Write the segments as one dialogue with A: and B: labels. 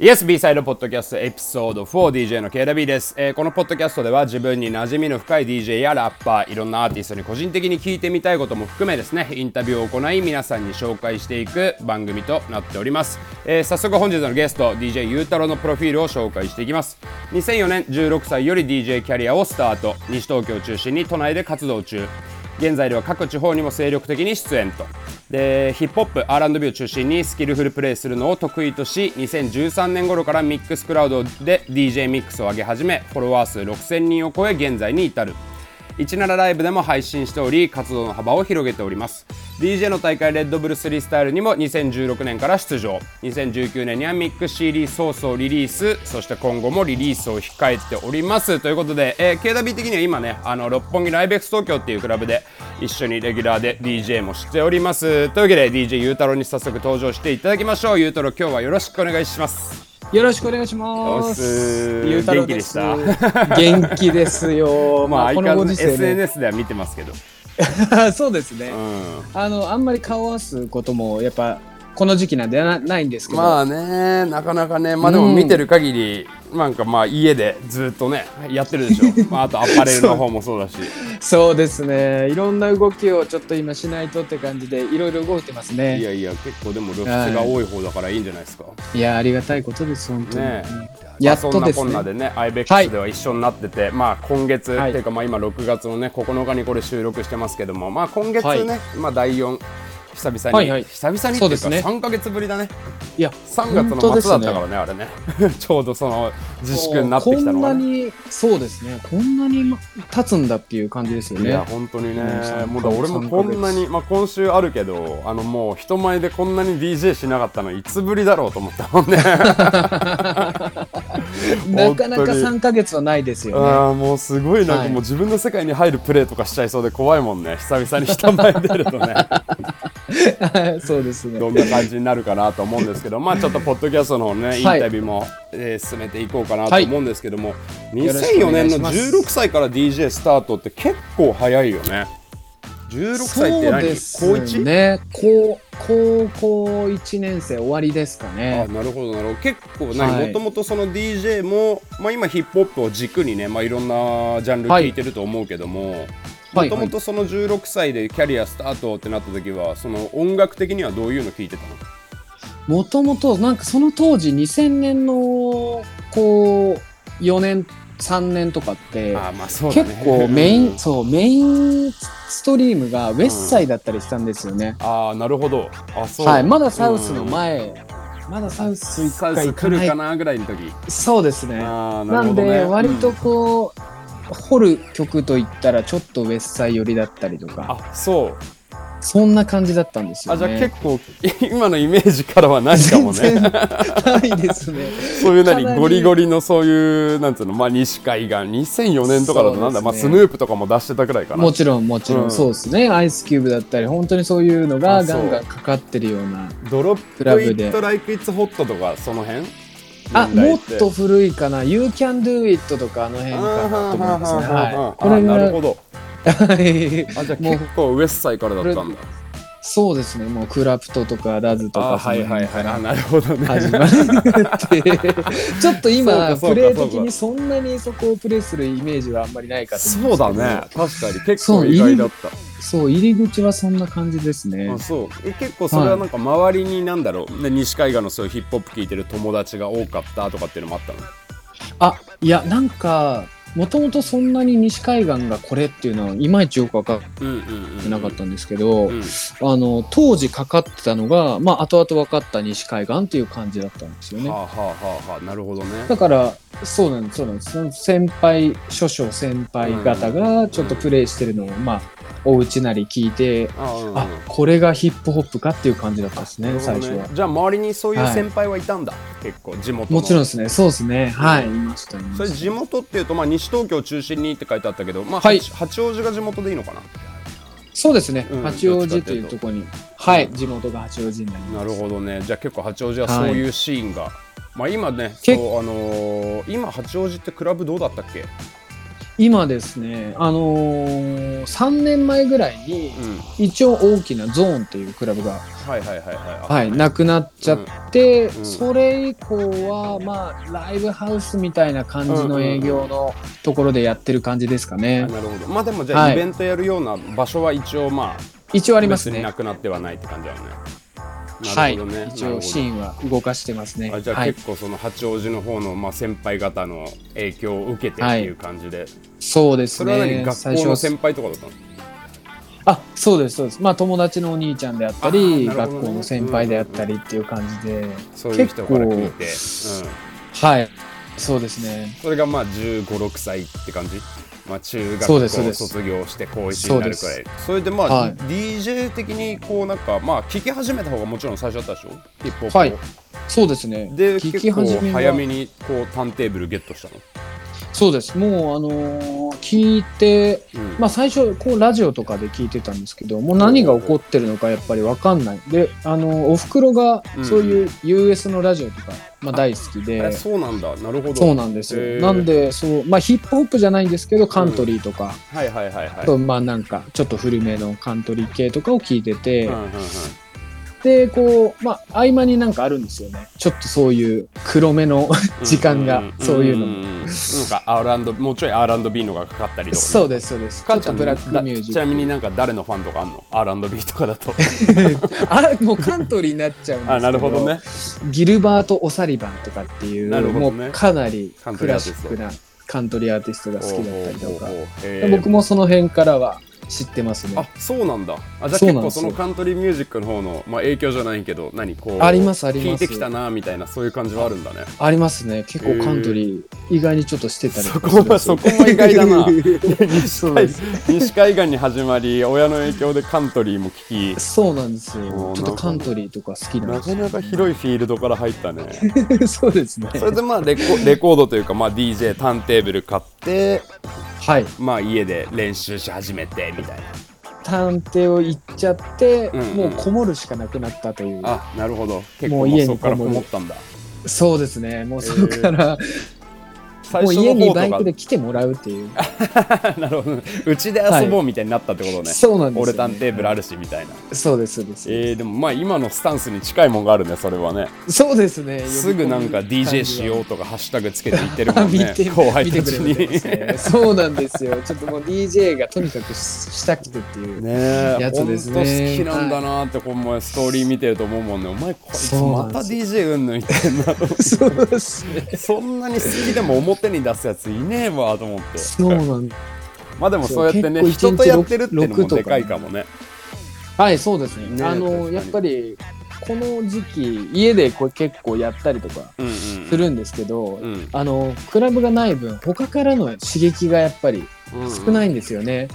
A: Yes, B サイドポッドキャストエピソード 4DJ の KW です、えーこのポッドキャストでは自分に馴染みの深い DJ やラッパー、いろんなアーティストに個人的に聞いてみたいことも含めですね、インタビューを行い皆さんに紹介していく番組となっております。えー早速本日のゲスト、DJ ゆうたろうのプロフィールを紹介していきます。2004年16歳より DJ キャリアをスタート、西東京を中心に都内で活動中。現在では各地方にも精力的に出演とでヒップホップ R&B を中心にスキルフルプレイするのを得意とし2013年頃からミックスクラウドで DJ ミックスを上げ始めフォロワー数6000人を超え現在に至る17ライブでも配信しており活動の幅を広げております DJ の大会レッドブルスリースタイルにも2016年から出場2019年にはミックス CD ソースをリリースそして今後もリリースを控えておりますということで、えー KW 的には今ねあの六本木ライベックス東京っていうクラブで一緒にレギュラーで DJ もしておりますというわけで DJ ゆうたろうに早速登場していただきましょうゆうたろう今日はよろしくお願いします
B: よろしくお願いしま
A: おっす
B: す。ゆうたろうです
A: 元気
B: 元気ですよ。
A: まあ
B: まあ、
A: 相
B: この
A: 変わ
B: ご
A: ら
B: 時
A: ず
B: 世ね。
A: SNS では見てますけど
B: そうですね
A: う。ん
B: あの、あんまり顔を合わすことも、やっぱ、この時期なんでなないんですけど。
A: まあねなかなかねまあでも見てる限り、なんかまあ家でずっとねやってる でしょまああとアパレルの方もそうだし
B: そうですね。いろんな動きをちょっと今しないとって感じで、いろいろ動いてますね。
A: い
B: いや、
A: やいや結構でも露出が多い方だからいいんじゃないですか、
B: ありがたいことです、本当に。
A: ねえ
B: やっとです
A: そんなこんな
B: ね。
A: でね IBEX
B: はい
A: では一緒になってて、まあ今月、
B: はい
A: っていうかまあ今6月のね9日にこれ収録してますけどもまあ今月ね、
B: はい
A: まあ第4久々に、
B: はいはい
A: 久々にって
B: そ
A: い
B: うで
A: うか
B: すね
A: 3か月ぶりだね
B: いや、
A: 3月の末だったからねあれね ちょうどその自粛になってきたのが
B: こん
A: ね
B: なに、そうですね。こんなに経つんだっていう感じですよ
A: い
B: ね
A: や。本当にね
B: うん
A: もうだ俺もこんなに、まあ、今週あるけどあのもう人前でこんなに DJ しなかったのいつぶりだろうと思ったもんね
B: なかなか
A: 本当に
B: 3ヶ月はないですよね。
A: ああもうすごいなんかもう自分の世界に入るプレーとかしちゃいそうで怖いもんね久々に人前に出るとね
B: そうですね。
A: どんな感じになるかなと思うんですけどまあちょっとポッドキャストのねイン
B: はい
A: タビューも、えー進めていこうかな
B: は
A: と
B: い
A: 思うんですけども、
B: よろしく
A: 2004
B: お願い
A: 年
B: し
A: の
B: ます
A: 16歳から DJ スタートって結構早いよね16歳って
B: そう
A: 何、
B: です
A: 高 1?
B: ね。高高校一年生終わりですか
A: あ
B: ね。
A: なるほどなるほど結構
B: は
A: 何
B: い
A: もともとその DJ も、まあ、今ヒップホップを軸にね、まあ、いろんなジャンル
B: はい
A: 聞いてると思うけども
B: は
A: も
B: い
A: ともとその16歳でキャリアスタートってなった時はその音楽的にはどういうの聞いてたの
B: もともとなんかその当時2000年のこう4年3年とかって
A: あーまあそうだね
B: 結構メイ
A: うん
B: ンそうメインストリームがウェッサイだったりしたんですよね。
A: ああなるほどあそう、
B: はい。まだサウスの前。まだサウス
A: サ
B: 一
A: ウ
B: 回
A: ス
B: 行か
A: 来
B: な
A: る
B: い
A: か。なぐらいの時
B: そうですね。
A: ああな
B: な
A: るほ
B: ん
A: どね
B: で割と
A: うん
B: こう、掘る曲といったらちょっとウェッサイ寄りだったりとか
A: あそう
B: そんな感じだったんですよ
A: あ
B: ね。
A: じゃあ結構今のイメージからはないかもね
B: 全然ないですね。
A: そういうなに
B: かなり
A: ゴリゴリのそういうなんつうのまあ西海岸2004年とかだとなんだ、
B: そうですね
A: まあスヌープとかも出してたくらいかな。
B: もちろんもちろ
A: うん
B: んそうですね、アイスキューブだったり本当にそういうの
A: あ
B: が
A: そ
B: ガ
A: う
B: ンガンかかってるような
A: ドロップ
B: クラブ
A: イ
B: で
A: ットライクイッツホットとかその辺
B: あ
A: 年代
B: もってと古いかな「You Can Do It」とかあの辺
A: あー
B: か
A: は
B: な
A: ー
B: と思い
A: はーは
B: ますね
A: ーは
B: は
A: ー
B: いこれ
A: あ
B: が
A: なるほど。
B: はい
A: あじゃあ
B: もう
A: 結構ウエストサイからだったんだ。
B: そうですねもうクラプトとかダズと
A: あ
B: かそ
A: は
B: の
A: いはいはい。
B: 辺か
A: あ
B: ら
A: なるほどね。
B: 始まるって ちょっ
A: そ
B: と
A: うか
B: 今
A: そうか
B: プレイ的
A: そうか
B: にそんなにそこをプレイするイメージはあんまりないかと思
A: そうん
B: です
A: だ
B: けど
A: ね。確かに結構意外だった。
B: そう入り口はそんな感じですね、
A: あそうえ結構それはなんか周りになんだろう、ね西海岸のそういうヒップホップ聞いてる友達が多かったとかっていうのもあったの
B: あいやなんかもともとそんなに西海岸がこれっていうのはいまいちよく分かっ
A: うんうん
B: てなかったんですけど、
A: うん
B: あの当時かかってたのが、まあ、後々分かった西海岸っていう感じだったんですよね。
A: はあはあはあはあなるほどね
B: だからそうなんですそうなんですその先輩諸々先輩方がちょっとプレイしてるのを、まあお家なり聞いて、
A: あ、うんうん
B: あこれがヒップホップかっていう感じだったですね
A: なるほど
B: 最
A: ね
B: 初は。
A: じゃあ周りにそういう
B: はい
A: 先輩はいたんだ、結構地元の
B: もちろんですねそうですねはいいましたいま
A: それ
B: した
A: 地元っていうと、まあ、西東京を中心にって書いてあったけど、まあ
B: はい
A: 八八王子が地元でいいのかな
B: そうですね、
A: うん
B: 八王子というところにはい
A: うん
B: 地元が八王子になります
A: なるほどねじゃあ結構八王子はそういうシーンが、まあ今ね
B: け
A: そうあのー今八王子ってクラブどうだったっけ
B: 今ですね、あのー、3年前ぐらいに、
A: うん
B: 一応大きなゾーンっていうクラブが、
A: はいはいはいはい
B: はい、なくなっちゃって、
A: ん
B: それ以降は、まあ、ライブハウスみたいな感じの営業のところでやってる感じですかね。
A: あなるほどまあでもじゃあ、
B: はい
A: イベントやるような場所は一応まあ
B: 一応あります
A: 別に
B: ね
A: な。くなってはないって感じだよね
B: は
A: ないるほどね、。
B: 一
A: なるほ
B: 応
A: ど
B: シーンは動かしてますね。
A: あじゃあ
B: はい。
A: 結構その八王子の方のまあ先輩方の影響を受けてっていう感じで、
B: そうです
A: それは何、
B: ね。
A: 学校の先輩とかだったの
B: あそうですそうですまあ友達のお兄ちゃんであったり、
A: あーなるほどね
B: 学校の先輩であったりっていう感じで、
A: そういう人から聞いて、うん、
B: 結
A: そ
B: 構はいそうですね
A: れがまあ1 5 6歳って感じまあ中学
B: そ
A: 校
B: うですそうです
A: 卒業して高1になるくらいそれでまあ、
B: はい
A: DJ 的にこうなんかまあ聞き始めた方がもちろん最初だったでしょヒップホップを
B: はいそうですね
A: で
B: 聞
A: 結
B: き
A: 構
B: 始めは
A: 早めにこうターンテーブルゲットしたの、
B: そうですもうあのー聞いて
A: うん
B: まあ最初こうラジオとかで聞いてたんですけどもう何が起こってるのかやっぱり分かんないであのーおふくろが
A: うん
B: そういう US のラジオとか、まあ、大好き
A: あれ
B: で
A: そうなんだなるほど
B: そうなんです
A: へ
B: よ
A: ー
B: なんでそうまあヒップホップじゃないんですけどカントリーとか、
A: はいはいはいはい
B: あとまあなんかちょっと古めのカントリー系とかを聞いてて、
A: うんうんうん
B: でこうまあ合間になんかあるんですよねちょっとそういう黒目の時間がそういうのも
A: んんんなんか R&B もうちょい R&B のがかかったりとか
B: そう
A: う
B: ですそうですちょっとブラックミュージ
A: ちな
B: ッ
A: みになんか誰のファンとかあんの R&B とかだと
B: クあもうカントリーになっちゃうんですけど
A: あなるほどね
B: ギルバート・オサリバンとかっていう
A: なるほど
B: も
A: ね
B: うかなり
A: カント
B: ク
A: リーア
B: ラ
A: ーテ
B: シ
A: ィス
B: ッ
A: ト
B: クなカントリーアーティストが好きだったりとか
A: おうおうおう
B: で
A: へー
B: 僕もその辺からは知ってますね
A: あそうなんだあじゃあ
B: そ
A: 結
B: うなん
A: 構
B: です
A: そ
B: よ
A: のカントリーミュージックの方の、まあ、影響じゃないけど何こう
B: ありますあります
A: 聞いてきたなみたいなそういう感じはあるんだね
B: ありますね結構カントリー意外にちょっとしてたり
A: そ
B: と
A: こ
B: かするんで
A: は
B: すよ
A: そこも意外だ な
B: そうです
A: 西海岸に始まり親の影響でカントリーも聞き
B: そうなんです
A: おー
B: よ。ちょっとカントリーとか好きなん
A: な
B: です
A: か
B: よ。
A: なか広いフィールドから入ったね
B: そうですね。
A: それでまあレコ レコードというか、まあ、DJ ターンテーブル買って、
B: はい。
A: まあ、家で練習し始めてみたいな
B: 探偵を行っちゃって、
A: うんうん
B: もうこもるしかなくなったという。
A: あなるほど結
B: も
A: 構
B: う
A: もう
B: 家に
A: そこから
B: こ
A: こ
B: もる
A: もったんだ
B: そうですね。もうそこから、
A: 最
B: もう
A: 初
B: 家
A: の
B: に
A: 方
B: バイ
A: と
B: クで
A: か
B: 来てもらうっていう。
A: なるほどうちで遊ぼうみたいになったってことね、
B: そうなんです
A: 俺
B: よ、ね。
A: ターンテーブルあるしみたいな、
B: そうです、そうです。
A: えー、でもまあ今のスタンスに近いもんがあるねそれはね
B: そうですね。
A: すぐなんか DJ しよ
B: う。
A: うとかハッシュタグつけて言ってるもん
B: 見
A: ね
B: て
A: 後輩
B: 見て
A: たち
B: く
A: に
B: れてますね そうなんですよ。ちょっともう DJ がとにかくししたくてっていう。
A: ねえ
B: やつですね
A: ほんと好きなんだなって、こうお前ストーリー見てると思うもんねお前こいつ
B: そうな
A: ま
B: ん
A: た
B: です
A: DJ うんぬん言ってんなと
B: そうですね。
A: そんなに好きでも表に出すやついねえわと思って
B: そうなんです。
A: まあでもそうやってね
B: 結構
A: 人とやってるっての
B: 一日
A: も
B: 六とか
A: でかいかもね
B: はい、そうですね。
A: ね
B: あ
A: 確か
B: の、
A: に
B: やっぱり、この時期、家でこれ結構やったりとか
A: うんうん
B: するんですけど、
A: うん
B: あの、クラブがない分、他からの刺激がやっぱり少ないいんですよね。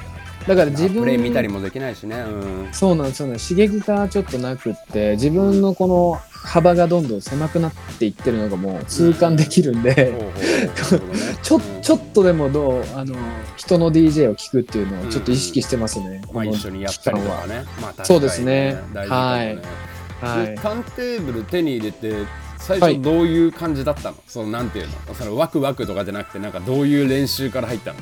B: だから自分、
A: プレイ見たりもできないしね うん
B: そうなんですよね。刺激がちょっとなくって、自分のこの幅がどんどん狭くなっていってるのがもう痛感できるんで、
A: ほうほうなるほどね
B: ちょ、ちょっとでもどう、あの、人の DJ を聞くっていうのをちょっと意識してますね。
A: まあ、
B: この
A: 一緒にやったりとかね、まあ、確かに
B: そうですね
A: 大事かもね、
B: は
A: で
B: い。
A: ターンテーブル手に入れて最
B: は
A: 初
B: い
A: どういう感じだったの、そのなんていうのそのワクワクとかじゃなくてなんかどういう練習から入ったの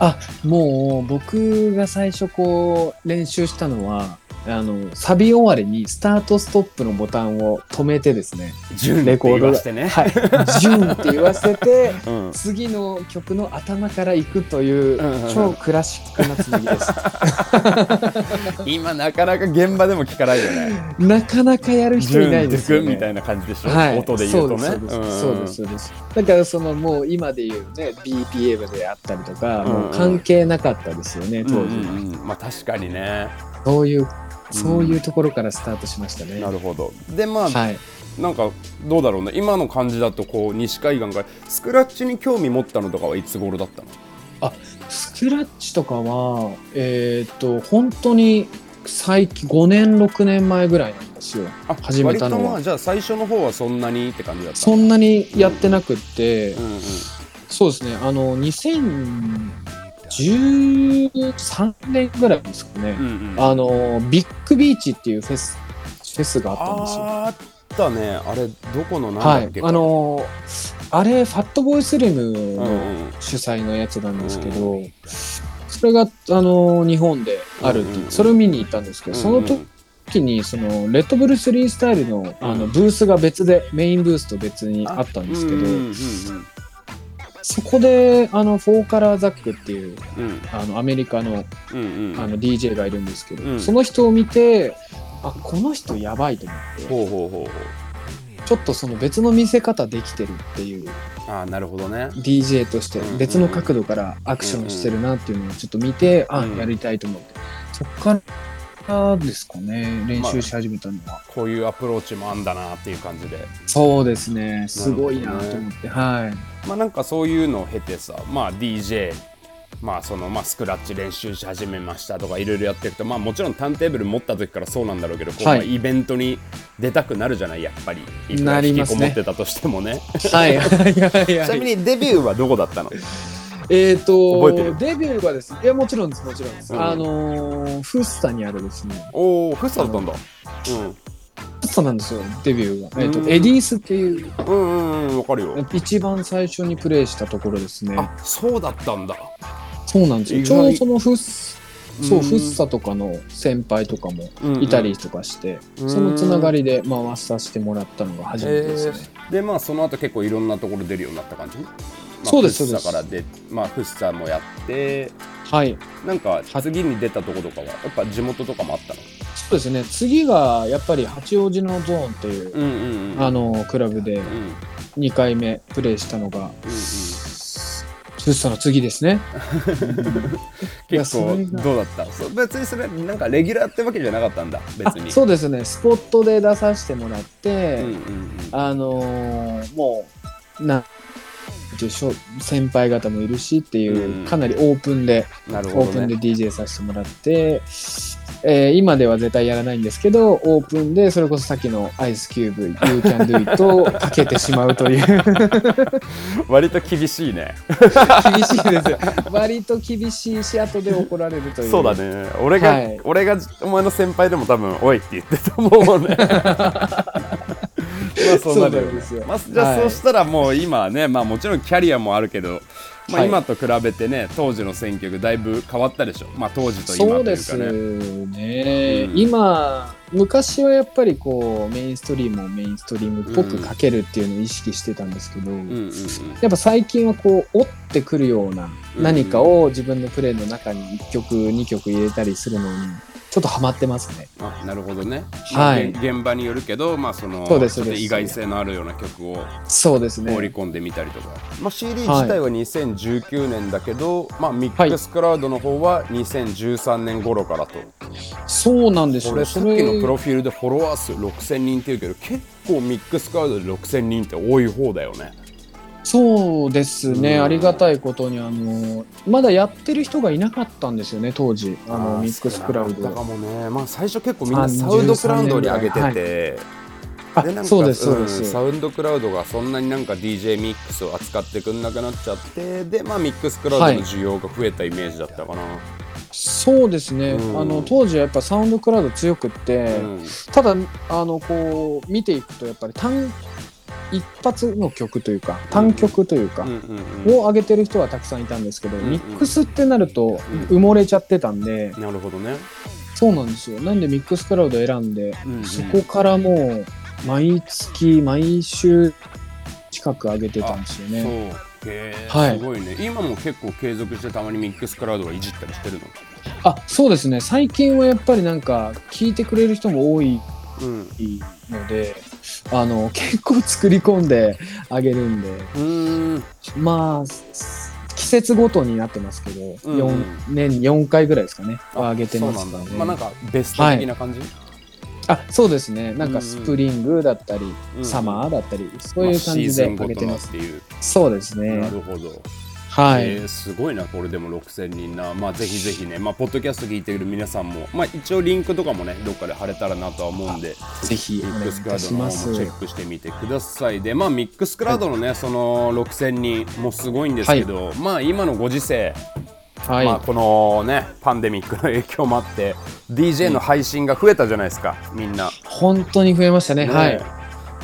B: あもう僕が最初こう練習したのはあのサビ終わりにスタートストップのボタンを止めてです ね
A: 順って
B: レコー
A: 言
B: ド
A: わ
B: が
A: してね、
B: はい「ジュン」って言わせて
A: うん、
B: 次の曲の頭から行くとい
A: う
B: う
A: んうんうん
B: 超クラシックな紡ぎです。
A: 今なかなか現場でも聞かないよね
B: なかなかやる人いないですよ
A: 順ってくんみた
B: ね。
A: いな感じでしょ、
B: はい、
A: 音で言うとね
B: そう
A: ん
B: ですそうですそうですそうですだからそのもう今で言うね BPM であったりとか、
A: うんうん
B: もう関係なかったですよね当時
A: う
B: は。
A: んうんうんまあ確かにね
B: そういう、そういうところからスタートしましたね。
A: なるほどでまあ、
B: はい。
A: なんかどうだろうね今の感じだとこう西海岸からスクラッチに興味持ったのとかはいつ頃だったの
B: スクラッチとかは、えーっと、本当に最近、5年、6年前ぐらいなんですよ。
A: あ
B: 始めたの
A: 割と
B: は
A: まあじゃあ最初の方はそんなにって感じだった
B: そんなにやってなくって、
A: うんうん
B: そうですね、あの、2013年ぐらいですかね。
A: うんうん
B: あの、ビッグビーチっていうフェス、フェスがあったんですよ。
A: あーあったねあれどこのなん
B: は
A: だ
B: い
A: っけ、。
B: あの、あれ、ファットボーイスリム
A: うん
B: の
A: うん
B: 主催のやつなんですけど、それが、あの日本であるっていう
A: うんうん
B: それを見に行ったんですけど、その時時にそのレッドブル3スタイルのあのブースが別でメインブースと別にあったんですけど、そこであのフォーカラーザックっていうあのアメリカのあの DJ がいるんですけど、
A: うん
B: その人を見てあこの人やばいと思って
A: ほうほうほうほ
B: ちょっとその別の見せ方できてるっていう
A: うああなるほどね
B: DJ として
A: うん
B: 別の角度からアクションしてるなっていうのをちょっと見て、
A: うん
B: あやりたいと思ってそっからですかね練習し始めたのは。
A: こういうアプローチもあんだなっていう感じで
B: そうですね。すごいなと思って、はい。
A: まあなんかそういうのを経てさまあ DJ まあそのまあスクラッチ練習し始めましたとかいろいろやってるとまあもちろんターンテーブル持った時からそうなんだろうけどこう、
B: はい
A: まあイベントに出たくなるじゃないやっぱりいくら
B: なり
A: 引き
B: ます
A: こ
B: ね
A: もってたとしてもね
B: はいはいは
A: ち
B: い
A: なみ
B: はい。
A: にデビューはどこだったの
B: えっ、と
A: 覚えてる
B: デビューがですね、いやもちろんですもちろんです。
A: うん
B: あのーフッサにあるですね。
A: おおフッサだったんだ
B: フッサなんですよデビューが。えっ、
A: うん
B: とエディースっていう
A: うんうんうんうんわかるよ
B: 一番最初にプレイしたところですね。
A: あそうだったんだ
B: そうなんです
A: 意外
B: よ。ちょうどそのフッサそう、
A: うん
B: フッサとかの先輩とかもい
A: イ
B: たりとかして、
A: うん
B: そのつながりで回させてもらったのが初めてですね。
A: でまあその後結構いろんなところ出るようになった感じ、まあ
B: そうです
A: フッサ
B: そう
A: から
B: で
A: でまあフッサもやって
B: はい。
A: なんか次に出たとことかはやっぱ地元とかもあったの
B: そうですね。次がやっぱり八王子のゾーンっていう。
A: うんうんうん
B: あのクラブで
A: うんうんうん
B: 2回目プレイしたのが、スッサの次ですね。いや
A: 結
B: そ
A: 構
B: れが
A: どうだったそう別にそれなんかレギュラーってわけじゃなかったんだ別
B: あ
A: に
B: そうですね、スポットで出させてもらっ
A: う
B: て、
A: んうんうん
B: あのーもう、なでしょ先輩方もいるしっていう、
A: うん
B: かなりオープンで、
A: なる
B: オ
A: ほ
B: ープ
A: ど
B: ンで
A: ね
B: DJ させてもらって、えー今では絶対やらないんですけど、オープンで、それこそさっきのアイスキューブ、You Can Do It をかけてしまうという。
A: 割と厳しいね
B: 厳しいですよ割と厳しいし後で怒られるという
A: そうだね俺が、
B: はい
A: 俺がお前の先輩でも多分「おい」って言ってたもん ねまあそうなるよ
B: そうなん
A: ね
B: ですよ
A: まあ、じゃあ、
B: はい
A: そうしたらもう今はね、まあ、もちろんキャリアもあるけど、まあ、
B: はい
A: 今と比べてね、当時の選曲だいぶ変わったでしょ、まあ、当時と
B: そ
A: 今
B: う
A: とい
B: で
A: うか
B: す
A: ね
B: ね、
A: うん
B: 今昔はやっぱりこうメインストリームをメインストリームっぽくかけるっていうのを意識してたんですけど、
A: うんうんうん
B: やっぱ最近はこう折ってくるような
A: うん
B: 何かを自分のプレイの中に1曲2曲入れたりするのにちょっとハマってますね
A: あなるほどね、
B: はい
A: まあ現現場によるけど、まあ、その
B: そうです
A: ちょっと
B: そうです
A: 意外性のあるような曲を
B: そうです
A: 放り
B: ね
A: 込んでみたりとか、まあ、CD
B: はい
A: 自体は2019年だけど、まあ、ミックスクラウドの方は2013年頃からと、
B: そうなんです
A: こ
B: よ
A: れさっきのプ
B: そ
A: ロフィールでフォロワー数6000人っていうけど結構ミックスクラウドで6000人って多い方だよね
B: そうですね、
A: うん
B: ありがたいことにあのまだやってる人がいなかったんですよね当時あの
A: ー
B: ミックスクラウ
A: 少なかった
B: ド
A: かもね、まあ、最初結構みんなサウンドクラウドに上げてて、
B: あ
A: でなんか
B: そうですそうで
A: ん
B: す、
A: サウンドクラウドがそんなになんか DJ ミックスを扱ってくんなくなっちゃってで、まあ、ミックスクラウドの需要が増えたイメージだったかな、
B: そうですね、
A: うん
B: あの当時はやっぱサウンドクラウド強くって、
A: うん
B: ただあのこう見ていくとやっぱり単一発の曲というか単曲というか、
A: うんうん
B: を上げてる人はたくさんいたんですけど、
A: うん
B: ミックスってなると埋もれちゃってたんで、
A: うんなるほどね、
B: そうなんですよなんでミックスクラウド選んで
A: うんうん
B: そこからもう毎月毎週近く上げてたんですよ
A: そう
B: ね。
A: へー
B: はい
A: すごいね今も結構継続してたまにミックスクラウドはいじったりしてるの
B: あそうですね最近はやっぱりなんか聞いてくれる人も多い
A: うん
B: のであの結構作り込んであげるんで
A: うーん
B: まあす季節ごとになってますけど、
A: うん
B: 四年4回ぐらいですかねは上げてます
A: そ
B: か
A: うな
B: らね
A: んだまあなんかベスト的な感じ、
B: あそうですねなんかスプリングだったり、
A: うん
B: サマーだったりそう
A: まあ
B: いう感
A: シー
B: じ
A: ズ
B: で
A: ン
B: 上
A: ご
B: げ
A: と
B: て
A: の
B: ま
A: っ
B: す、
A: ていう、
B: そうです
A: な
B: ね
A: るほど、
B: はい、
A: えーすごいなこれでも6000人なまあぜひぜひねまあポッドキャスト聞いてる皆さんもまあ一応リンクとかもねどっかで貼れたらなとは思うんで
B: ぜひ
A: ミ
B: お
A: ッ
B: 願い
A: ク
B: い
A: スクラ
B: た
A: ウド
B: し
A: の
B: ま
A: 方
B: す
A: もチェックしてみてくださいでまあミックスクラウドのね、その6000人もすごいんですけど、まあ今のご時世
B: はい、
A: まあ、このねパンデミックの影響もあって DJ の配信が増えたじゃないですかみんな。
B: 本当に増えましたね。はい。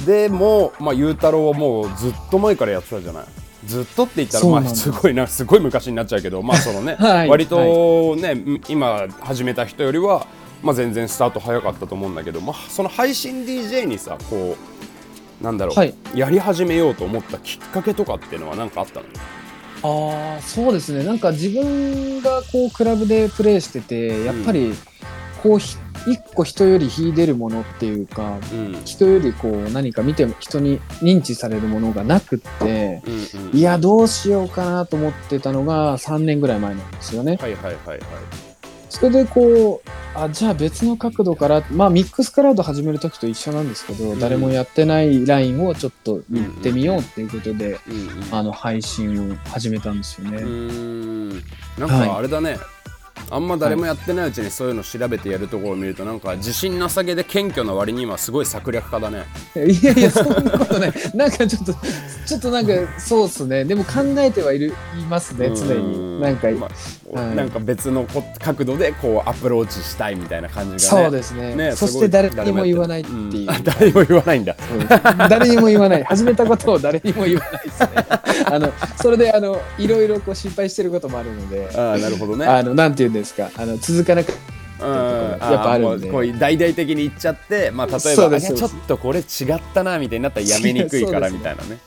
A: でもう、まあ、ゆうたろうはもうずっと前からやってたじゃない。ずっとって言ったら、
B: そうな
A: ま
B: んだ
A: あ、すごいな、すごい昔になっちゃうけど、まあ、そのね、
B: はい
A: 割とね、今始めた人よりは。まあ、全然スタート早かったと思うんだけど、まあ、その配信 DJ にさ、こう。なんだろう、
B: はい
A: やり始めようと思ったきっかけとかっていうのは、なんかあったの。
B: ああそうですねなんか自分がこうクラブでプレーしててやっぱりこうひ一個人より秀でるものっていうか
A: うん、うん、
B: 人よりこう何か見ても人に認知されるものがなくって
A: うん、
B: いやどうしようかなと思ってたのが3年ぐらい前なんですよね。
A: はい、はい、はい、はい。
B: それでこうあじゃあ別の角度からまあミックスクラウド始める時と一緒なんですけど、
A: ん
B: 誰もやってないラインをちょっと行ってみようっていうことで、
A: うん、うん。
B: あの配信を始めたんですよね。
A: うーんなん
B: はい
A: かあれだね、あんま誰もやってないうちにそういうの調べてやるところを見るとなんか自信なさげで謙虚な割にはすごい策略家だね
B: いやいや、そんなことない。なんかちょっと、ちょっとなんか、そうっすね。でも考えてはいる、いますね、常
A: う
B: に。
A: ん
B: なんか、
A: まあ
B: はい
A: なんか別のこ角度でこうアプローチしたいみたいな感じがね
B: そうですね。
A: ね
B: そ
A: す
B: し
A: ご
B: て
A: い
B: 誰にも言わないって
A: う
B: い
A: ん
B: う。
A: あ誰も言わないんだ
B: うん誰にも言わない。始めたことを誰にも言わないですね。あの、それで、あの、いろいろこう心配してることもあるので、
A: ああなるほどね
B: あの、なんて言うんですか、あの、続かなく、
A: うん
B: やっぱあるんで
A: もうこういう大々的に言っちゃって、まあ、例え
B: そう
A: ばあ
B: で
A: れ
B: す
A: ちょっとこれ違ったなみたいになったらやめにくいから
B: 違うそうです
A: みたいなね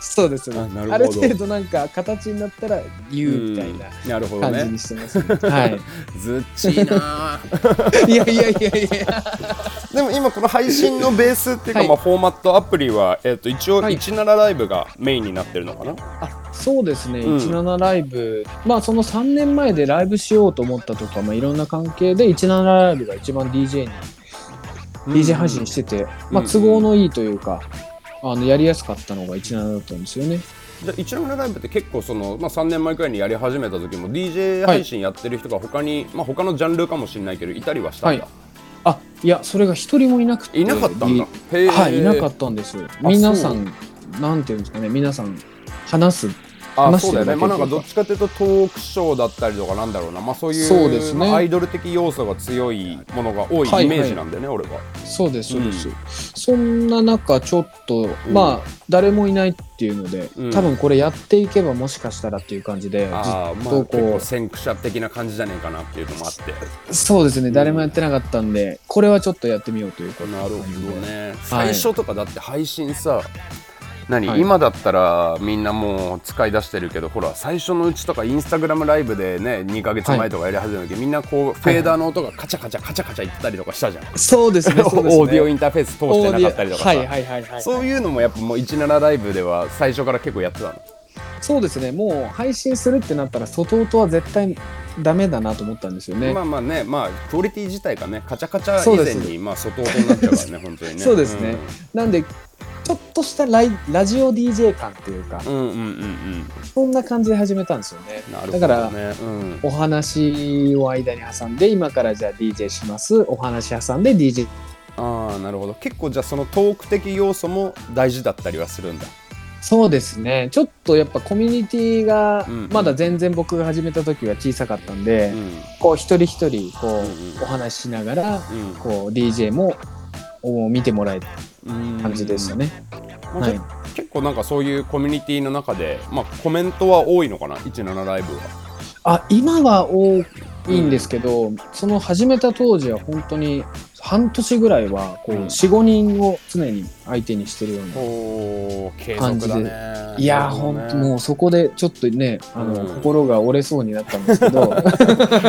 B: そうですね
A: あなるほど
B: ある程度なんか、形になったら言うみたいな
A: うんなるほど
B: 感じ
A: ね
B: にしてますね。はい。
A: ずっちいなあ
B: いやいやいやいや。
A: でも今この配信のベースっていうか、
B: はい
A: まあフォーマットアプリは、えっと一応
B: はい
A: 17ライブがメインになってるのかな、
B: あそうですね、
A: うん
B: 17ライブ、まあその3年前でライブしようと思ったとか、まあ、いろんな関係で17ライブが一番 DJ に、DJ 配信してて、まあ都合のいいというか、あのやりやすかったのが17だったんですよね。
A: じゃあ17ライブって結構その、まあ、3年前くらいにやり始めた時も DJ 配信やってる人が他に、まあ他のジャンルかもしれないけどいたりはしたんだ、
B: はあいやそれが一人もいなくて
A: い、なかったんだ、
B: い
A: へえ
B: はいいなかったんですよ。
A: あ
B: 皆さんなんていうんですかね皆さん話す
A: あ
B: 話
A: そ
B: し
A: う
B: て
A: だ
B: る
A: よね
B: だけ
A: まあなんかど
B: というか
A: っちかというとトークショーだったりとかなんだろうなまあそういう
B: そうですね
A: まあアイドル的要素が強いものが多い
B: はい
A: イメージなんだよね、俺は
B: そうですそううんです、そんな中ちょっと、
A: うん
B: まあ誰もいないっていうので、
A: うん
B: 多分これやっていけばもしかしたらっていう感じでずっ
A: ああまあ結
B: とこ
A: 構
B: う
A: 先駆者的な感じじゃねえかなっていうのもあって
B: そうですね、
A: ん
B: 誰もやってなかったんで、これはちょっとやってみようということ
A: なるほどね、
B: はい
A: 最初とかだって配信さ何、
B: はい
A: 今だったらみんなもう使い出してるけどほら最初のうちとかインスタグラムライブでね2か月前とかやり始めた時、みんなこうフェーダーの音がカチャカチャカチャカチャ言ってたりとかしたじゃん、
B: そうです ね、そうですね。
A: オーディオインターフェース通してなかったりとかさ、
B: オーディオはいはいはいはい。
A: そういうのもやっぱもう17ライブでは最初から結構やってたの
B: そうですね、もう配信するってなったら、外音は絶対ダメだなと思ったんですよね。
A: まあまあねまあクオリティ自体がねカチャカチャ
B: そう
A: 以
B: で
A: 前
B: す
A: にまあ外音になっちゃうからね本当にね
B: そうですねなんで、ちょっとしたライラジオ DJ 感っていうか、
A: うん、うん、うんうんうん
B: そんな感じで始めたんですよね。
A: なるほど、ね、
B: だから
A: うん
B: お話を間に挟んで、今からじゃあ DJ します。お話挟んで DJ。
A: ああなるほど結構じゃあそのトーク的要素も大事だったりはするんだ
B: そうですね。ちょっとやっぱコミュニティが
A: うんうん、
B: まだ全然僕が始めた時は小さかったんで、
A: うん
B: こう一人一人こ
A: うんうん
B: うお話ししながら
A: うん
B: こう DJ もお見てもらえる
A: うん
B: 感じでしたね。
A: まあじゃあ結構なんかそういうコミュニティの中でまあコメントは多いのかな17ライブは
B: あ今は多いんですけど、その始めた当時は本当に半年ぐらいはこう
A: うん
B: 45人を常に相手にしてるような。
A: おー継続だね
B: いやー、
A: ほ
B: ほ
A: ん
B: ん
A: と
B: ともうそこでちょっとね、あの、
A: うん
B: 心が折れそうになったんですけど、
A: 確か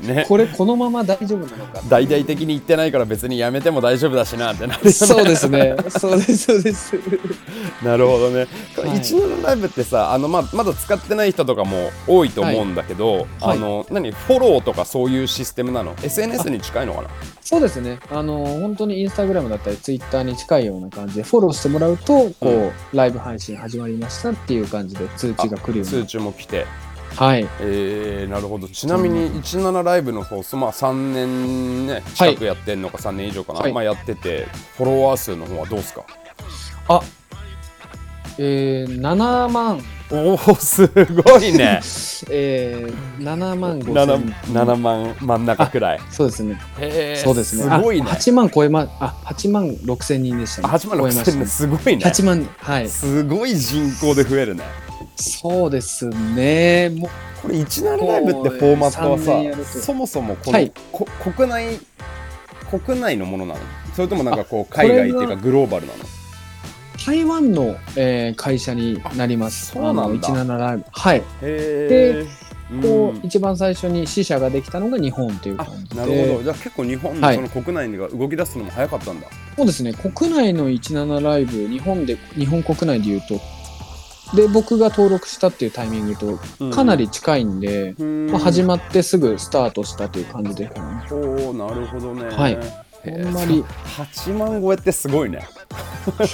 A: にね
B: これこのまま大丈夫なのか
A: 大々的に言ってないから別にやめても大丈夫だしなってなるよね
B: そうですね。そうです、そうです。
A: なるほどね、
B: はい
A: 17ライブってさあのままだ使ってない人とかも多いと思うんだけど、
B: はい
A: あの何フォローとかそういうシステムなの SNS に近いのかな
B: そうですね。あの、本当にインスタグラムだったり、ツイッターに近いような感じで、フォローしてもらうと、こう、
A: う
B: ライブ配信始まりましたっていう感じで通知が来るよう
A: 通
B: な。
A: 知も来て、
B: はい。
A: えー、なるほどちなみに17ライブの方、まあ、3年ね
B: はい
A: 近くやってんのか3年以上かな、
B: はい
A: まあ、やっててフォロワー数の方はどうですか
B: あ、えー、7万、
A: おおすごい ね
B: えー、7万5
A: 7,
B: 千。
A: 7万真ん中くらい
B: そうですね。
A: へー
B: そうですね。
A: すごいね
B: あ8万超えま、あ、8万6千人でしたね。
A: 8万6千
B: 超えま
A: 人
B: し
A: すごい
B: た
A: ね
B: ね。8万、はい。
A: すごい人口で増えるね
B: そうですね。も
A: これ17ライブってフォーマットは
B: そう三年やる
A: さ
B: と
A: そもそもこの、
B: はい
A: こ国内国内のものなのそれともなんかこう
B: あこれ
A: 海
B: は
A: 外っていうかグローバルなの
B: 台湾の、えー会社になります。
A: あそうなんだ
B: あの17ライブ。はい。
A: へえ
B: こう一番最初に支社ができたのが日本という
A: あ
B: 感じで。
A: なるほど、じゃあ結構日本の
B: はい
A: その国内が動き出すのも早かったんだ、
B: そうですね。国内の17ライブ、日本で、日本国内で言うと、で、僕が登録したっていうタイミングとかなり近いんで、まあ、始
A: ま
B: まってすぐスタートしたという感じ で、
A: おおなるほどね
B: はい
A: へえ
B: あんまり
A: 8万超えってすごいね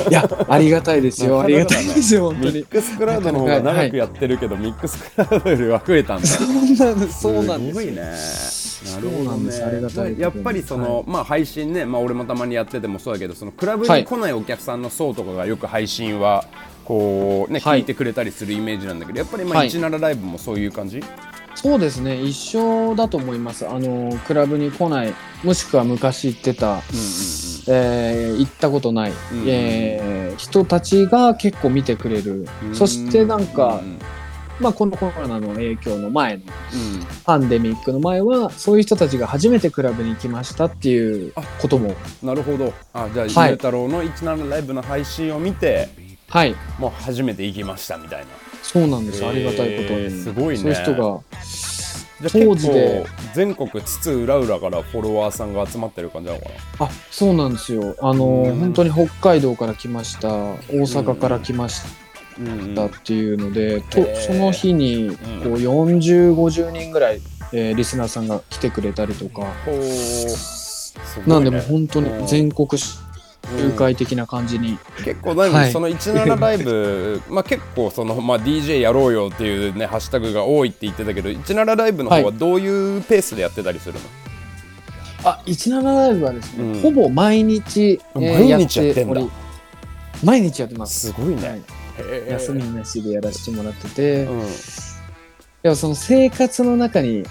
B: いや、ありがたいですよ。
A: な
B: あ
A: か
B: り
A: な
B: が
A: かだね
B: たいですよ、本当
A: ミッ
B: に。
A: クスクラウドの方が長くやってるけど、ミックスクラウドよりは増えたんだ
B: そうなんです。そうなんです
A: ごい
B: よ。
A: ね。なる
B: そう
A: ほ
B: な
A: ど
B: んですありがたい
A: ね。やっぱりその、まあ配信ね、まあ俺もたまにやっててもそうだけど、そのクラブに来ないお客さんの層とかがよく配信はこうね、
B: はい
A: 聞いてくれたりするイメージなんだけど、やっぱりまあ
B: はい
A: 17ライブもそういう感じ？
B: そうですね。一緒だと思います。あの、クラブに来ない、もしくは昔行ってた、えー行ったことない、
A: ん
B: えー人たちが結構見てくれる。そしてなんか、
A: うん
B: まあ、このコロナの影響の前の
A: うんうん
B: パンデミックの前はそういう人たちが初めてクラブに来ましたっていうことも
A: なるほど。あ、じゃあ、
B: はい
A: ゆうたろうの17ライブの配信を見て、
B: はい
A: もう初めて行きましたみたいな。
B: そうなんです、
A: へー
B: ありがたいことに
A: すごいね
B: そういう人が
A: じゃあ
B: 当
A: 結
B: 時
A: 構
B: で
A: 全国津々浦々からフォロワーさんが集まってる感じなのかな。
B: あそうなんですよあの、
A: うん
B: 本当に北海道から来ました大阪から来まし
A: うんうん
B: たっていうので、と
A: へー
B: その日にこう4050人ぐらい、えーリスナーさんが来てくれたりとか、
A: ほうすごいね
B: なんでもう本当
A: うん
B: に全国集
A: うん
B: 会的な感じに、
A: 結構でも
B: はい
A: その17ライブ、 まあ結構その、まあ、DJ やろうよっていうねハッシュタグが多いって言ってたけど17ライブの方
B: は
A: はどういうペースでやってたりするの、
B: あ17ライブはですね、
A: うん
B: ほぼ毎日、えー
A: 毎日やってんだ
B: おり毎日やってます、
A: すごいね、
B: はい
A: へえ
B: 休みなしでやらせてもらってて、
A: うん、
B: でもその生活の中に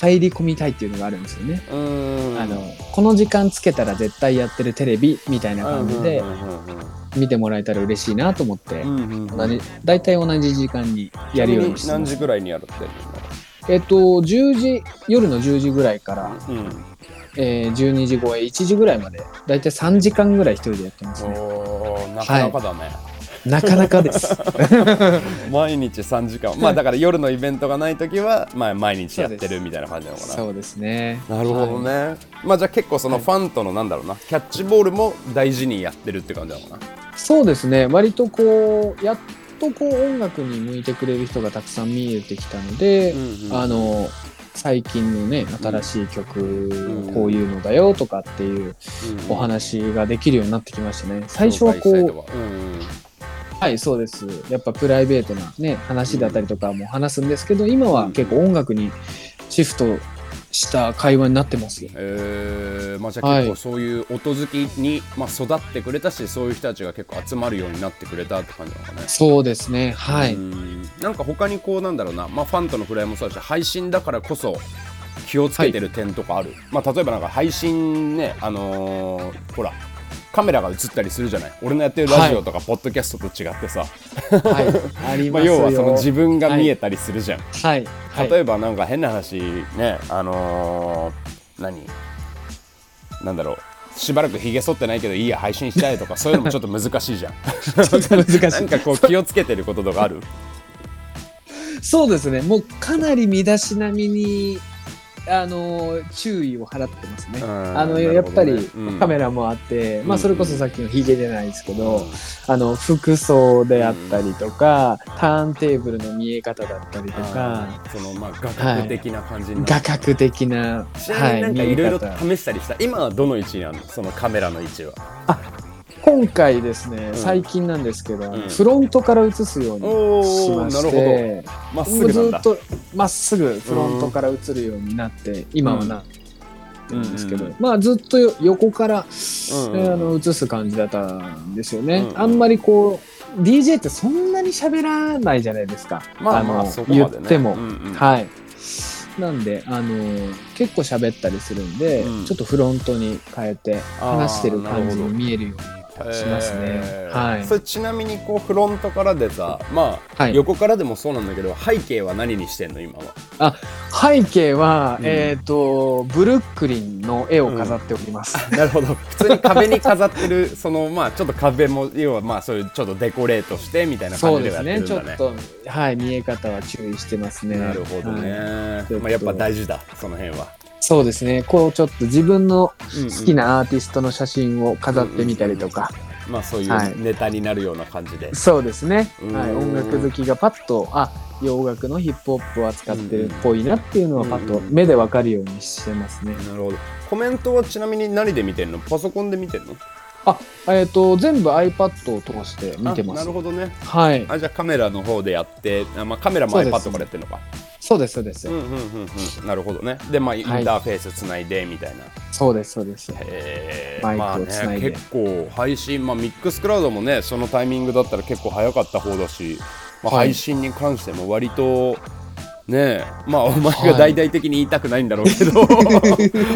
B: 入り込みたいっていうのがあるんですよね。
A: うん
B: あのこの時間つけたら絶対やってるテレビみたいな感じで見てもらえたら嬉しいなと思って、同じ大体同じ時間にやるようにして
A: 何
B: ます
A: 時ぐらいにやるってる
B: えっと10時夜の10時ぐらいから、
A: の、うん
B: えー12時超え1時ぐらいまで大体3時間ぐらい一人でやってますね
A: おーなかなかだね、
B: なかなかです
A: 毎日3時間まあだから夜のイベントがない時は、まあ、毎日やってるみたいな感じなのかな
B: そうですね
A: なるほどね、
B: はい
A: まあじゃあ結構そのファンとのなんだろうな、キャッチボールも大事にやってるって感じなのかな
B: そうですね割とこうやっとこう音楽に向いてくれる人がたくさん見えてきたので、あの最近のね新しい曲、
A: ん
B: こういうのだよとかっていうお
A: を
B: 話ができるようになってきましたね最初はこう
A: う、うんうん、
B: はいそうですやっぱプライベートなね話だったりとかも話すんですけど今は結構音楽にシフトした会話になってますよ
A: えー、まあじゃあ
B: はい
A: 結構そういう音好きに、まあ、育ってくれたしそういう人たちが結構集まるようになってくれたって感じなのかね
B: そうですねはい、
A: うんなんか他にこうなんだろうな、まあ、ファンとの触れ合いもそうだし配信だからこそ気をつけてる点とかある、まあ、例えばなんか配信ねあのーほらカメラが映ったりするじゃない俺のやってるラジオとかポッドキャストと違ってさ、
B: はい、あり
A: ま
B: ま
A: あ、
B: すよ、
A: 要はその自分が見えたりするじゃん、
B: はいはい
A: 例えばなんか変な話ねあのー何なんだろうしばらくひげ剃ってないけどいいや配信したいとかそういうのもちょっと難しい じゃん
B: ちょっと難しい
A: なんかこう気をつけてることとかある
B: そうですね。もうかなり身だしなみに、あの、注意を払ってますね。
A: うん
B: あ
A: な
B: の、
A: るほどね
B: やっぱり
A: うん
B: カメラもあって、
A: う
B: まあ
A: ん
B: それこそさっきのヒゲじゃないですけ ど、あの、服装であったりとか、ターンテーブルの見え方だったりとか、
A: あーそのまあ画角的な感じになる、
B: 画角的な、
A: ちなみになんかいろいろ
B: 見え方
A: 試したりした、今はどの位置にあるのそのカメラの位置は
B: 今回ですね、
A: ん
B: 最近なんですけど、
A: うん
B: フロントから映すようにしまし
A: おー
B: て、
A: まっす
B: もう
A: ぐ
B: ず
A: なん
B: っ
A: だ
B: とまっすぐフロントから映るようになって、今はなってるんですけど、
A: うんうん
B: まあずっとよ横から、
A: うん
B: えーあの映す感じだったんですよね、
A: うんうん
B: あんまりこう DJ ってそんなに喋らないじゃないですか、
A: まあまあ
B: の
A: そこまでね
B: 言っても、
A: うんうん
B: はいなんであの結構喋ったりするんで、
A: うん
B: ちょっとフロントに変えて
A: あー
B: 話してる感じに見えるようにしますね
A: えー
B: はい
A: それちなみにこうフロントからでさまあ、
B: はい
A: 横からでもそうなんだけど背景は何にしてんの今は
B: 背景は、
A: うん
B: えっ、と、ブルックリンの絵を飾っております。
A: なるほど普通に壁に飾ってるそのまあちょっと壁も要はまあそういうちょっとデコレートしてみたいな
B: そ
A: 感
B: う
A: じで
B: で
A: やっ
B: す
A: てる
B: ね。
A: ん
B: ち
A: だ
B: ょっ
A: ね
B: と、はい、見え方は注意してますね。
A: なるほどね、
B: はいい
A: まあ、やっぱ大事だその辺は、
B: そうですね。こう、ちょっと自分の
A: うんうん
B: 好きなアーティストの写真を飾ってみたりとか。
A: まあそうい
B: はいう
A: ネタになるような感じで、
B: そうですね。はい、
A: うん
B: 音楽好きがパッと、あ、洋楽のヒップホップを扱ってるっぽいなっていうのはパッと
A: うん
B: 目でわかるようにしてますね。
A: なるほどコメントはちなみに何で見てんのパソコンで見てんの
B: あ、えっ、と、全部 iPad を通して見てま
A: あな
B: す
A: る。ほどね
B: はい。
A: あじゃあカメラの方でやってあ、まあ、カメラも
B: そうです
A: iPad からやってるのか
B: そうです、そうです。
A: うんうんうんうんなるほどねでまあインターフェースつないでみたいな、
B: そうです、そうです。
A: え
B: マイク
A: まあ
B: をつない
A: ね、
B: で
A: 結構配信、まあ、ミックスクラウドもねそのタイミングだったら結構早かった方だし、まあ、
B: はい
A: 配信に関しても割とねまあお前が大々的に言いたくないんだろうけど、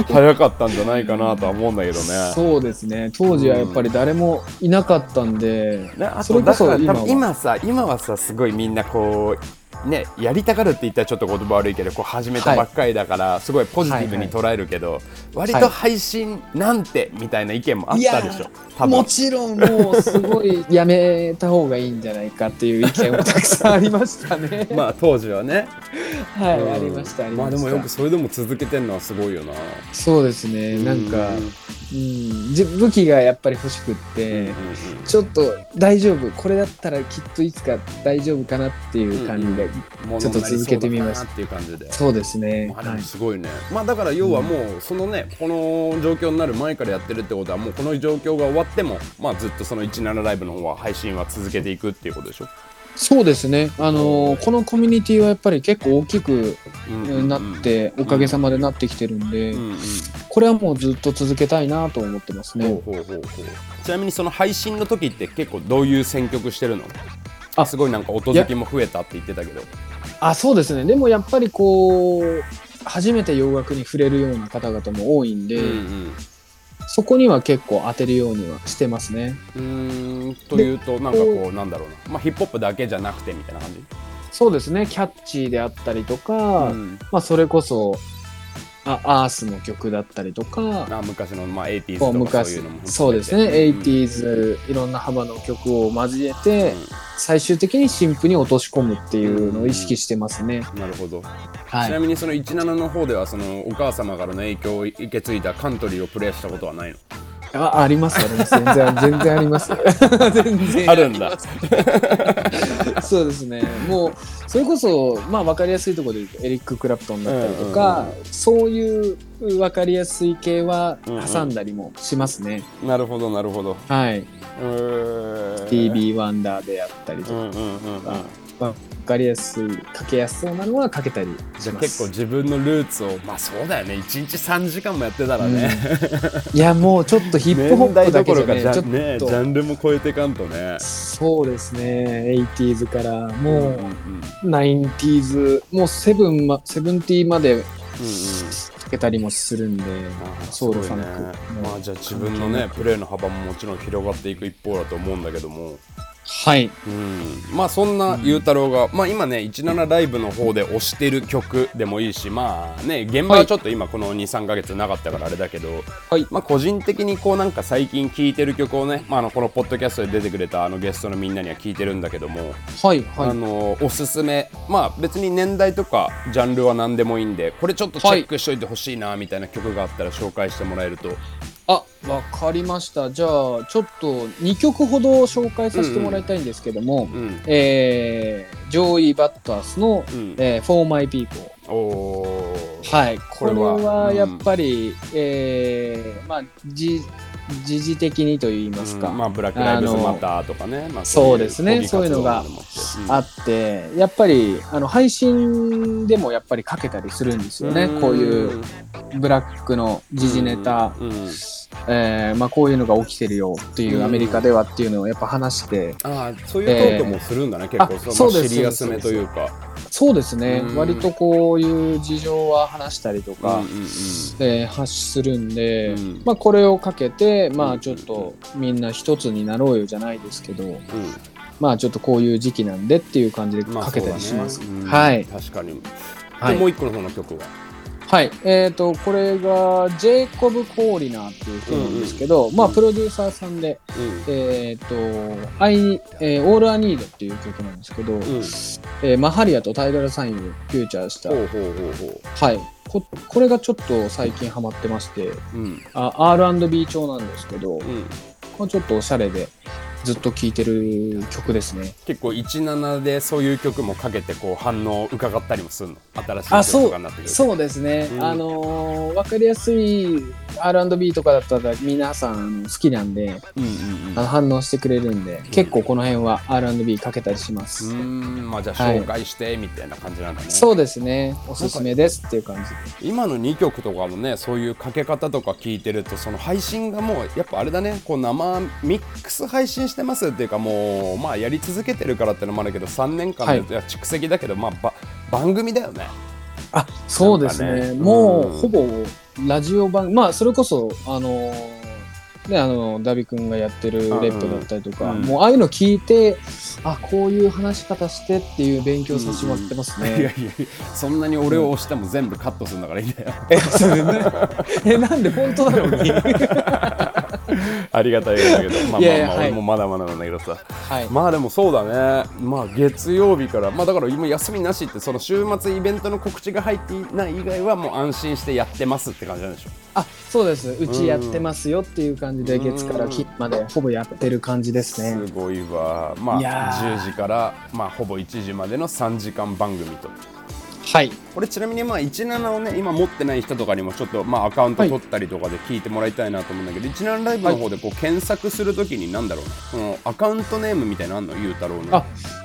A: 早かったんじゃないかなとは思うんだけどね。
B: そうですね。当時はやっぱり誰もいなかったんで、
A: ねあ
B: そ
A: と
B: れこ
A: だか
B: そ
A: ら
B: 今
A: 今
B: は。
A: 今さ今はさすごいみんなこうねやりたがるって言ったらちょっと言葉悪いけどこう始めたばっかりだから、すごいポジティブに捉えるけど、割
B: は
A: と
B: い
A: 配信なんてみたいな意見もあっ
B: い
A: た
B: や
A: でしょ、多分
B: もちろんもうすごいやめた方がいいんじゃないかっていう意見もたくさんありましたね。
A: まあ当時はね、
B: はい、
A: うん
B: ありました。あり
A: ま
B: ま
A: あ
B: した
A: でもよくそれでも続けてるのはすごいよな
B: そうですね。なんか、
A: う
B: うん、じ武器がやっぱり欲しく
A: うんう
B: っ
A: ん
B: て、
A: うん
B: ちょっと大丈夫、これだったらきっといつか大丈夫かなっていう感じで、
A: 物
B: ちょっと
A: になり
B: 続けてみまし
A: そ
B: た
A: うだなっていう感じで
B: そうですね。
A: まあで
B: は
A: も
B: い、
A: すごいね、まあだから要はもうそのねこの状況になる前からやってるってことはもうこの状況が終わってもまあずっとその17ライブの方は配信は続けていくっていうことでしょ、
B: そうですね。あのーこのコミュニティはやっぱり結構大きく
A: うんうんうん
B: なって、おかげさまでなってきてるんで、
A: うんうん
B: これはもうずっと続けたいなと思ってますね。
A: ほうほうほうほうちなみにその配信の時って結構どういう選曲してるの
B: あ
A: すごいなんか音好きも増えたって言ってたけど
B: あ、そうですね。でもやっぱりこう、初めて洋楽に触れるような方々も多いんで、
A: うん
B: そこには結構当てるようにはしてますね。
A: うんうーんというとなんかこうなんだろうな、まあ、ヒップホップだけじゃなくてみたいな感じ、
B: そうですね。キャッチーであったりとか、
A: うん
B: まあそれこそ、あアースの曲だったりとか、
A: あ昔のまあ 80s
B: こう
A: とかそうい
B: 昔
A: うのも
B: そうですね、
A: 80s
B: 80s いろんな幅の曲を交えて、最終的に新譜に落とし込むっていうのを意識してますね、
A: なるほど
B: は
A: ち
B: い
A: なみにその17の方ではそのお母様からの影響を受け継いだカントリーをプレイしたことはないの
B: あありますあります 全然全然あります全然
A: あるんだ
B: そうですねもうそれこそまあ分かりやすいところで言うとエリック・クラプトンだったりとか、
A: うんう
B: そういう分かりやすい系は
A: うんうん
B: 挟んだりもしますね、
A: なるほどなるほど
B: はい
A: TV
B: TV ワンダーであったりと
A: う
B: か、
A: んうんうんうん
B: 分かりやすいかけやすそうなのはかけたり
A: じ
B: し
A: ゃあ
B: ます
A: 結構自分のルーツをまあそうだよね1日3時間もやってたらね、
B: いやもうちょっとヒップ ホ
A: 年
B: ッ
A: 代
B: プだ
A: ど
B: け
A: ころ
B: じゃ
A: か
B: ね
A: じゃ
B: ちょっ
A: ねジ
B: と
A: ャンルも超えていかんとね
B: そうですね 80s から
A: う
B: も
A: んうんうん
B: う 90s もうセブンまセブンティーまで
A: うん
B: かけたりもするんでソウルファンク
A: まあじゃあ自分のねプレーの幅ももちろん広がっていく一方だと思うんだけども
B: はい
A: うんまあそんな裕太郎が、まあ今ね17ライブの方で推してる曲でもいいしまあね現場はちょっと今この23ヶ月なかったからあれだけど、
B: はい
A: まあ個人的にこうなんか最近聴いてる曲をね、まあ、あのこのポッドキャストで出てくれたあのゲストのみんなには聞いてるんだけども、
B: はい
A: あ
B: は
A: のおすすめまあ別に年代とかジャンルは何でもいいんでこれちょっとチェックしといてほしいなみたいな曲があったら紹介してもらえると、
B: あわかりましたじゃあちょっと2曲ほど紹介させてもらいたいんですけども、
A: うん
B: えージョーイ・バッタースの
A: うん
B: 「えー For My People」
A: おー
B: はい、
A: こ
B: こ
A: れ
B: れ
A: は
B: はやっぱり、えーまあ、じ時事的にといいますか、
A: うんまあ、ブラック・ライブズ・マターとかね、まあ、
B: そうですねそういうのが
A: 抗議活動などもあって
B: あって、やっぱりあの配信でもやっぱりかけたりするんですよね、こういうブラックの時事ネタ、
A: うんうん
B: えーまあ、こういうのが起きてるよっていううんアメリカではっていうのをやっぱ話して
A: ああそういうトークもするんだね、結構
B: あ
A: その
B: そうです
A: シリアスめというか
B: そうですね、
A: うん
B: 割とこういう事情は話したりとか。
A: うんうん
B: えー発するんで、
A: うん
B: まあ、これをかけて、ま
A: う
B: あ、
A: ん
B: ちょっとみんな一つになろうよじゃないですけど、
A: うんうん
B: まあ、ちょっとこういう時期なんでっていう感じで
A: まあ
B: かけたりします。
A: そうだねうん
B: はい
A: 確かに、
B: はい
A: でもう一個のその曲は
B: はい、えっ、と、これが、ジェイコブ・コーリナーっていう人なんですけど、まあ、プロデューサーさんで、
A: う
B: えっ、と、I、えー、All I Need っていう曲なんですけど、
A: んうん
B: えーマハリアとタイトルサインをフューチャーした、
A: ほうほうほうほ
B: はい。ここれがちょっと最近ハマってまして、
A: ううん
B: あ R&B 調なんですけど、
A: うん
B: まあ、ちょっとおしゃれでずっと聴いてる曲ですね。
A: 結構17でそういう曲もかけてこう反応を伺ったりもするの新しい
B: あ
A: 曲
B: そ
A: と
B: う
A: かになってくると
B: そうですね、
A: うん
B: あのー、分かりやすい R&B とかだったら皆さんあの好きなんで
A: うんうんうん
B: あの反応してくれるんで結構この辺は R&B かけたりします、
A: うーんまあじゃあ
B: はい
A: 紹介してみたいな感じなんだね、
B: そうですねおすすめですっていう感じ
A: 今の2曲とかもねそういうかけ方とか聞いてるとその配信がもうやっぱあれだねこう生ミックス配信してますっていうかもうまあやり続けてるからってのもあるけど3年間
B: は
A: で
B: い
A: いや蓄積だけど、まあば番組だよね
B: あそうです
A: なんか
B: ね
A: ね
B: もう
A: うん
B: ほぼラジオ番まあそれこそあのーねあのダビ君がやってるレッドだったりとか、
A: うんうん
B: もうああいうの聞いてあこういう話し方してっていう勉強させてもらってますね、
A: いやいやいやそんなに俺を押しても全部カットするんだからいいんだ よ
B: え、それね。え、なんで本当なのに。
A: ありがたいんだけどまあまあ
B: い
A: ま
B: やいや
A: あ
B: はい
A: 俺もまだまだなんだけどさ
B: はい。
A: まあでもそうだね、まあ、月曜日から、まあ、だから今休みなしってその週末イベントの告知が入っていない以外はもう安心してやってますって感じなんでしょ
B: あ、そうです。うちやってますよっていう感じで、月から金までほぼやってる感じですね。
A: すごいわ、まあ、
B: いやー
A: 10時から、まあ、ほぼ1時までの3時間番組と。
B: はい。
A: これちなみにまあ17をね今持ってない人とかにもちょっとまあアカウント
B: はい
A: 取ったりとかで聞いてもらいたいなと思うんだけど、17ライブの方でこう検索するときになんだろうな、そのアカウントネームみたいなのあんのゆうたろうの
B: あ、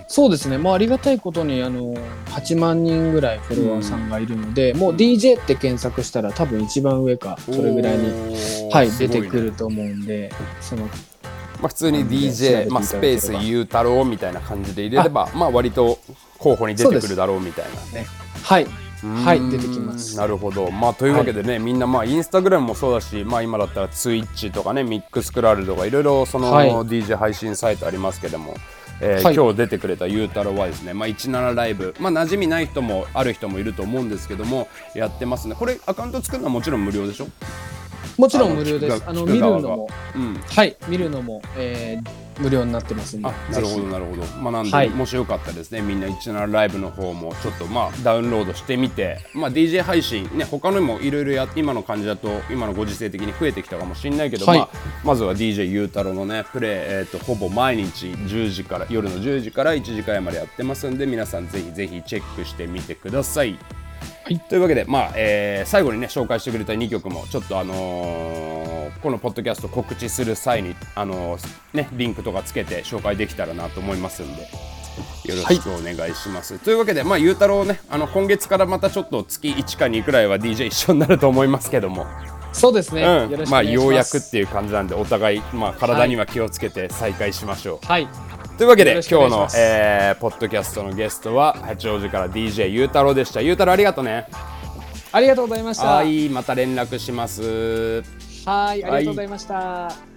B: そうですね。まあ、ありがたいことに、あの、8万人ぐらいフォロワーさんがいるので、もう DJ って検索したら、多分一番上か、それぐらいに。
A: に
B: はい、出てくると思うんで、その、
A: まあ、普通に
B: 調べていただけ
A: DJ、
B: れば
A: まあ、スペースゆうたろうみたいな感じで入れればまあ割と候補に出てくるだろうみたいな。
B: はい、は
A: うーん
B: い、出てきます。
A: なるほど、まあ、というわけでね、みんな、まあ、インスタグラムもそうだし、まあ、今だったらツイッチとかねミックスクラルとかいろいろその
B: はい
A: DJ 配信サイトありますけども、えー
B: はい
A: 今日出てくれたゆうたろうはですね、まあ、17ライブ、まあ馴染みない人もある人もいると思うんですけどもやってますねこれアカウント作るのはもちろん無料でしょ、
B: もちろん無料です。
A: あ
B: あ
A: の
B: の、
A: 聞く
B: 見る
A: 側
B: の
A: が
B: も、
A: うん、
B: はい、見るのも、えー無料になってますんで
A: あ。なるほ
B: ぜ
A: ど
B: ひ
A: なるほど、まあ、なんで、
B: はい
A: もしよかったらですねみんな17ライブの方もちょっとまあダウンロードしてみて、まあ、DJ 配信ね他のもいろいろや今の感じだと今のご時世的に増えてきたかもしれないけど、
B: はい
A: まあ、まずは DJ ゆうたろうのねプレイ、えー、とほぼ毎日10時から夜の10時から1時間までやってますんで皆さんぜひぜひチェックしてみてください。
B: はい
A: というわけで、まあえー最後にね紹介してくれた2曲もちょっとあのーこのポッドキャスト告知する際にあのーねリンクとかつけて紹介できたらなと思いますんでよろしくお願いします。というわけでまあゆうたろうねあの今月からまたちょっと月1か2くらいは DJ 一緒になると思いますけども、
B: そうですね。よろしくお願
A: う
B: い
A: ん
B: します。
A: まあようやくっていう感じなんでお互いまあ体には気をつけて再開しましょう。
B: はい。
A: というわけで今
B: よろ
A: 日
B: しくお願いし
A: の
B: ま、す
A: えーポッドキャストのゲストは八王子から DJ ゆうたろうでしたゆうたろうありがとうね
B: ありがとうございました。
A: は
B: はい、
A: いまた連絡します
B: ありがとうございました。